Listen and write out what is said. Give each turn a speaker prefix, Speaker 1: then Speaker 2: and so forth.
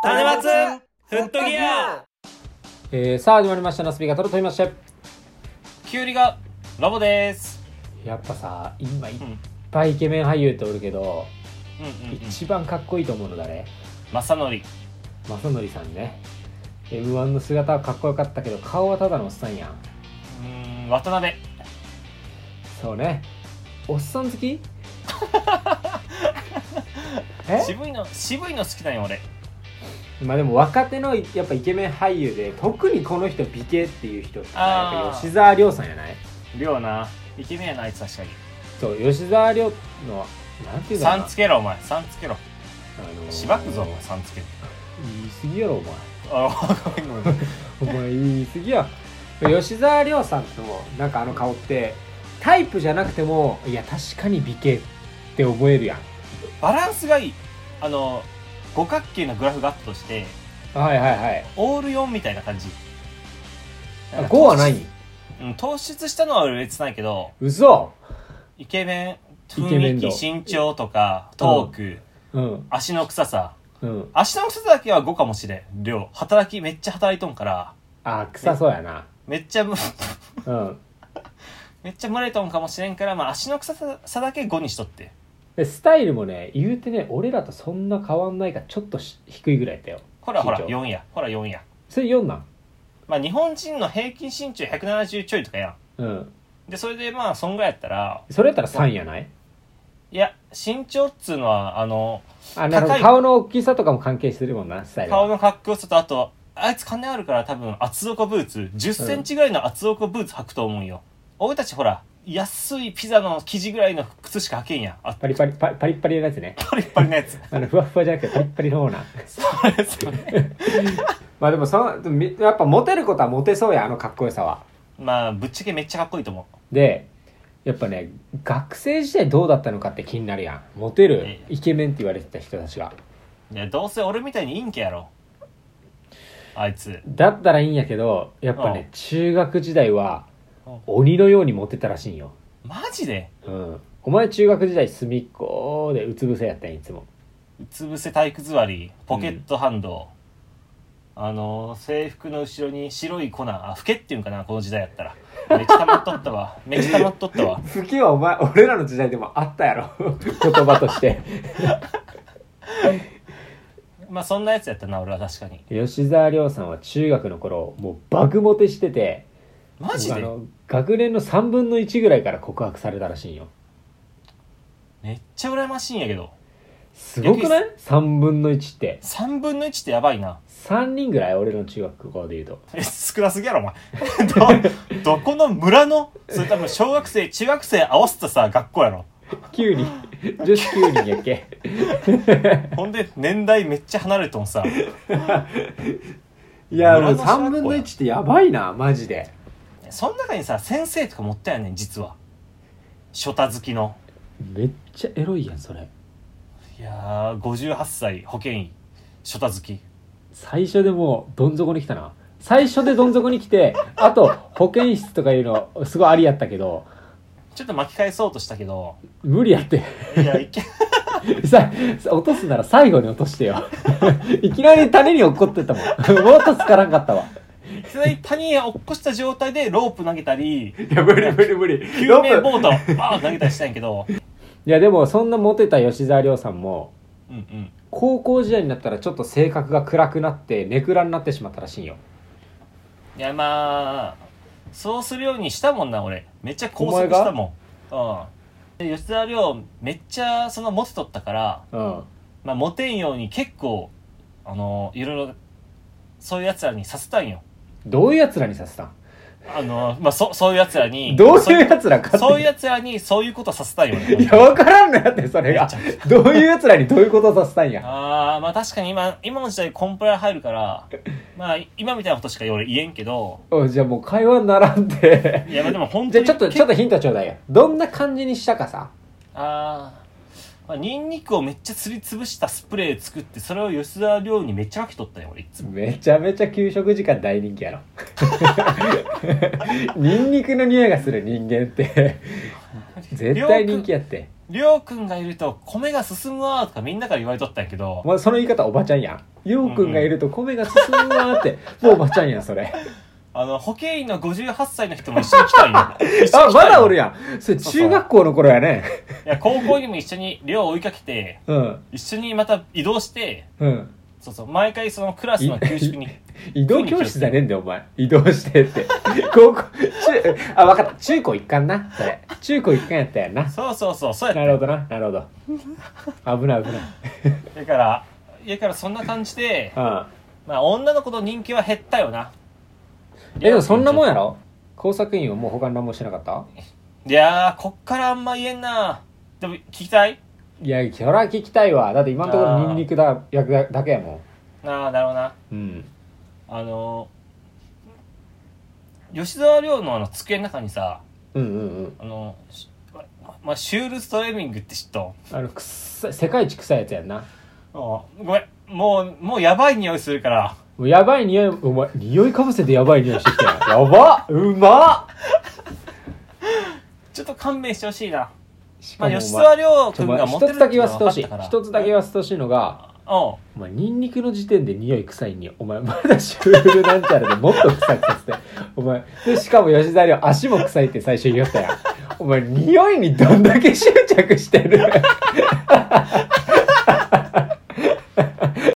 Speaker 1: 種松フットギア
Speaker 2: えー、さあ始まりました「なすびがとると言いまして
Speaker 1: キュウリがラボです
Speaker 2: やっぱさ今いっ
Speaker 1: うんうん
Speaker 2: ぱいイケメン俳優っておるけど、
Speaker 1: うんうん
Speaker 2: 一番かっこいいと思うの誰
Speaker 1: マサノリ
Speaker 2: 正則さんね m 1の姿はかっこよかったけど顔はただのおっさんやん
Speaker 1: うーん渡辺
Speaker 2: そうねおっさん好きえ
Speaker 1: 渋いの渋いの好きだよ俺
Speaker 2: まあでも若手のやっぱイケメン俳優で特にこの人美形っていう人ってさ
Speaker 1: あー
Speaker 2: やっぱ吉沢亮さんやない
Speaker 1: りょうなイケメンやなあいつ確か
Speaker 2: そう吉沢亮のなんてい
Speaker 1: に
Speaker 2: うかな
Speaker 1: さんつけろお前さんつけろ
Speaker 2: あのー
Speaker 1: しばくぞお前さんつけろ
Speaker 2: 言い過ぎやろお前
Speaker 1: あごめんごめん
Speaker 2: お前言い過ぎや吉沢亮さんのなんかあの顔ってタイプじゃなくてもいや確かに美形って思えるやん
Speaker 1: バランスがいいあの五角形のグラフがあったとして
Speaker 2: はいはいはい
Speaker 1: オール4みたいな感じ
Speaker 2: あ5はない
Speaker 1: うん突出したのは俺別ないけど
Speaker 2: 嘘
Speaker 1: イケメン
Speaker 2: イケメ
Speaker 1: 雰
Speaker 2: ン度
Speaker 1: 囲気身長とかトーク、
Speaker 2: うん
Speaker 1: 足の臭さ
Speaker 2: うん
Speaker 1: 足の臭さだけは5かもしれん量働きめっちゃ働いとんから
Speaker 2: あ臭そうやな
Speaker 1: めっちゃむ
Speaker 2: うん
Speaker 1: めっちゃ群れとんかもしれんから、まあ、足の臭ささだけ5にしとって
Speaker 2: でスタイルもね言うてね俺らとそんな変わんないからちょっとし低いぐらいだったよ
Speaker 1: ほらほら
Speaker 2: 身長
Speaker 1: 4やほら4や
Speaker 2: それ4なん
Speaker 1: まあ日本人の平均身長170ちょいとかや
Speaker 2: うん
Speaker 1: んでそれでまあそんぐらいやったら
Speaker 2: それやったら3やない
Speaker 1: いや身長っつうのはあの
Speaker 2: あなるほ
Speaker 1: 高
Speaker 2: ど
Speaker 1: い
Speaker 2: 顔の大きさとかも関係するもんなスタイルは
Speaker 1: 顔のかっこよさとあとあいつ金あるから多分厚底ブーツ1 0ンチぐらいの厚底ブーツ履くと思うよ、俺たちほら安いピザの生地ぐらいの靴しか履けんやんあ
Speaker 2: パリパリパリパリパリのやつね
Speaker 1: パリッパリのやつ
Speaker 2: あのふわっふわじゃなくてパリッパリの方な
Speaker 1: それそれ
Speaker 2: まあでもそのみやっぱモテることはモテそうやあのかっこよさは
Speaker 1: まあぶっちゃけめっちゃかっこいいと思う
Speaker 2: でやっぱね学生時代どうだったのかって気になるやんモテる
Speaker 1: ええ
Speaker 2: イケメンって言われてた人たちが
Speaker 1: いやどうせ俺みたいに陰キャやろあいつ
Speaker 2: だったらいいんやけどやっぱね
Speaker 1: う
Speaker 2: 中学時代は
Speaker 1: うん
Speaker 2: 鬼のようにモテたらしいんよ、
Speaker 1: マジで
Speaker 2: うん、お前中学時代隅っこでうつ伏せやったんいつも
Speaker 1: うつ伏せ体育座りポケットハンド、あの制服の後ろに白い粉あふけっていうんかなこの時代やったらめっちゃ溜まっとったわめっちゃ溜まっとったわ
Speaker 2: 好きはお前俺らの時代でもあったやろ言葉として
Speaker 1: まあそんなやつやったな俺は確かに
Speaker 2: 吉沢亮さんは中学の頃もう爆モテしてて
Speaker 1: マジ
Speaker 2: あ
Speaker 1: で
Speaker 2: の学年の3分の1ぐらいから告白されたらしいんよ
Speaker 1: めっちゃ羨ましいんやけど
Speaker 2: すごくない ?3 分の1って
Speaker 1: 3分の1ってやばいな
Speaker 2: 3人ぐらい俺の中学校で言うと
Speaker 1: え少なすぎやろお前 どどこの村のそれ多分小学生中学生合わせたさ学校やろ
Speaker 2: 9人女子9人やっけ
Speaker 1: ほんで年代めっちゃ離れとんさ
Speaker 2: いやもう
Speaker 1: 村の小学校や
Speaker 2: 3分の1ってやばいなマジで
Speaker 1: その中にさ先生とか持ったよねん実は初太好きの
Speaker 2: めっちゃエロいやんそれ
Speaker 1: いやー58歳保健医初太好き
Speaker 2: 最初でもうどん底に来たな最初でどん底に来てあと保健室とかいうのすごいありやったけど
Speaker 1: ちょっと巻き返そうとしたけど
Speaker 2: 無理やって
Speaker 1: いやいけ
Speaker 2: さ落とすなら最後に落としてよいきなり種に落っこってたもんもっとつからんかったわ
Speaker 1: いきなり谷へ落っこした状態でロープ投げたり
Speaker 2: いや無理無理無理
Speaker 1: 救命ボートバーン投げたりしたんやけど
Speaker 2: いやでもそんなモテた吉沢亮さんも
Speaker 1: うんうん
Speaker 2: 高校時代になったらちょっと性格が暗くなってネクラになってしまったらしいんよ
Speaker 1: いやまあそうするようにしたもんな俺めっちゃ拘束
Speaker 2: お前が
Speaker 1: したもんうんで吉沢亮めっちゃそのモテとったから、
Speaker 2: うん
Speaker 1: まあ、モテんように結構あのいろいろそういうやつらにさせたんよ
Speaker 2: どういうやつらにさせたん
Speaker 1: あのまあそそういうやつらに
Speaker 2: どう
Speaker 1: そ
Speaker 2: いうやつらかって
Speaker 1: そういうやつらにそういうことさせたんよ
Speaker 2: いや分からんのやってそれ
Speaker 1: めっ
Speaker 2: が
Speaker 1: ちゃ
Speaker 2: どういうやつらにどういうことさせたんや
Speaker 1: あーまあ確かに今今の時代コンプラ入るからまあ今みたいなことしか俺言えんけど
Speaker 2: おじゃあもう会話にならんて
Speaker 1: いやまあでも本
Speaker 2: じゃあち
Speaker 1: 当に
Speaker 2: ょっとちょっとヒントちょうだいよどんな感じにしたかさ
Speaker 1: あー、まあニンニクをめっちゃすりつぶしたスプレー作ってそれを吉沢亮にめっちゃかけとったよ俺いつも
Speaker 2: めちゃめちゃ給食時間大人気や ろニンニクの匂いがする人間って絶対人気やって
Speaker 1: りょうくんがいると米が進むわーとかみんなから言われとったんやけど
Speaker 2: お前その言い方おばちゃんやんりょうくんがいると米が進むわーってもうおばちゃんやんそ れ
Speaker 1: あの保健員の58歳の人も一緒に来たん よ一緒
Speaker 2: あ
Speaker 1: に来たんよ
Speaker 2: まだおるやんそれ中学校の頃やね
Speaker 1: いや高校にも一緒に寮を追いかけて
Speaker 2: うん
Speaker 1: 一緒にまた移動して
Speaker 2: うん
Speaker 1: そうそう毎回そのクラスの給食に
Speaker 2: 移動教室じゃねえんだよお前移動してって 高校中あ分かった中高一貫なそれ中高一貫やったやんな
Speaker 1: そうそうそうそうや
Speaker 2: なるほどななるほど危ない危ない
Speaker 1: だから家からそんな感じで
Speaker 2: うん
Speaker 1: まあ女の子の人気は減ったよな
Speaker 2: えでもそんなもんやろ工作員はもう他に何もしてなかった
Speaker 1: いやーこっからあんま言えんなでも聞きたい
Speaker 2: いやそら聞きたいわだって今のところニンニクだやだだけやも
Speaker 1: なあだろうなん
Speaker 2: うん
Speaker 1: あのー吉沢亮のあの机の中にさ
Speaker 2: うんうんうん
Speaker 1: あのしままシュールストレミングって知っとん
Speaker 2: あのくっさい世界一臭いやつやんな
Speaker 1: あごめんもうもうやばい匂いするから
Speaker 2: もうやばい匂いお前匂いかぶせてやばい匂いしてきたやんやばっうまっ
Speaker 1: ちょっと勘弁してほしいな、
Speaker 2: し
Speaker 1: ま
Speaker 2: か
Speaker 1: あ、
Speaker 2: も
Speaker 1: 吉
Speaker 2: お前
Speaker 1: 沢
Speaker 2: ちょ
Speaker 1: 亮君
Speaker 2: お前
Speaker 1: が持って
Speaker 2: 一
Speaker 1: る
Speaker 2: つだけ言わせてほしい
Speaker 1: のが分かったから
Speaker 2: 一つだけ言わせてほしいのが
Speaker 1: おう
Speaker 2: お前ニンニクの時点で匂い臭いにお前まだシュールなんちゃらでもっと臭くさせてお前でしかも吉沢亮足も臭いって最初言いよったやんお前匂いにどんだけ執着してる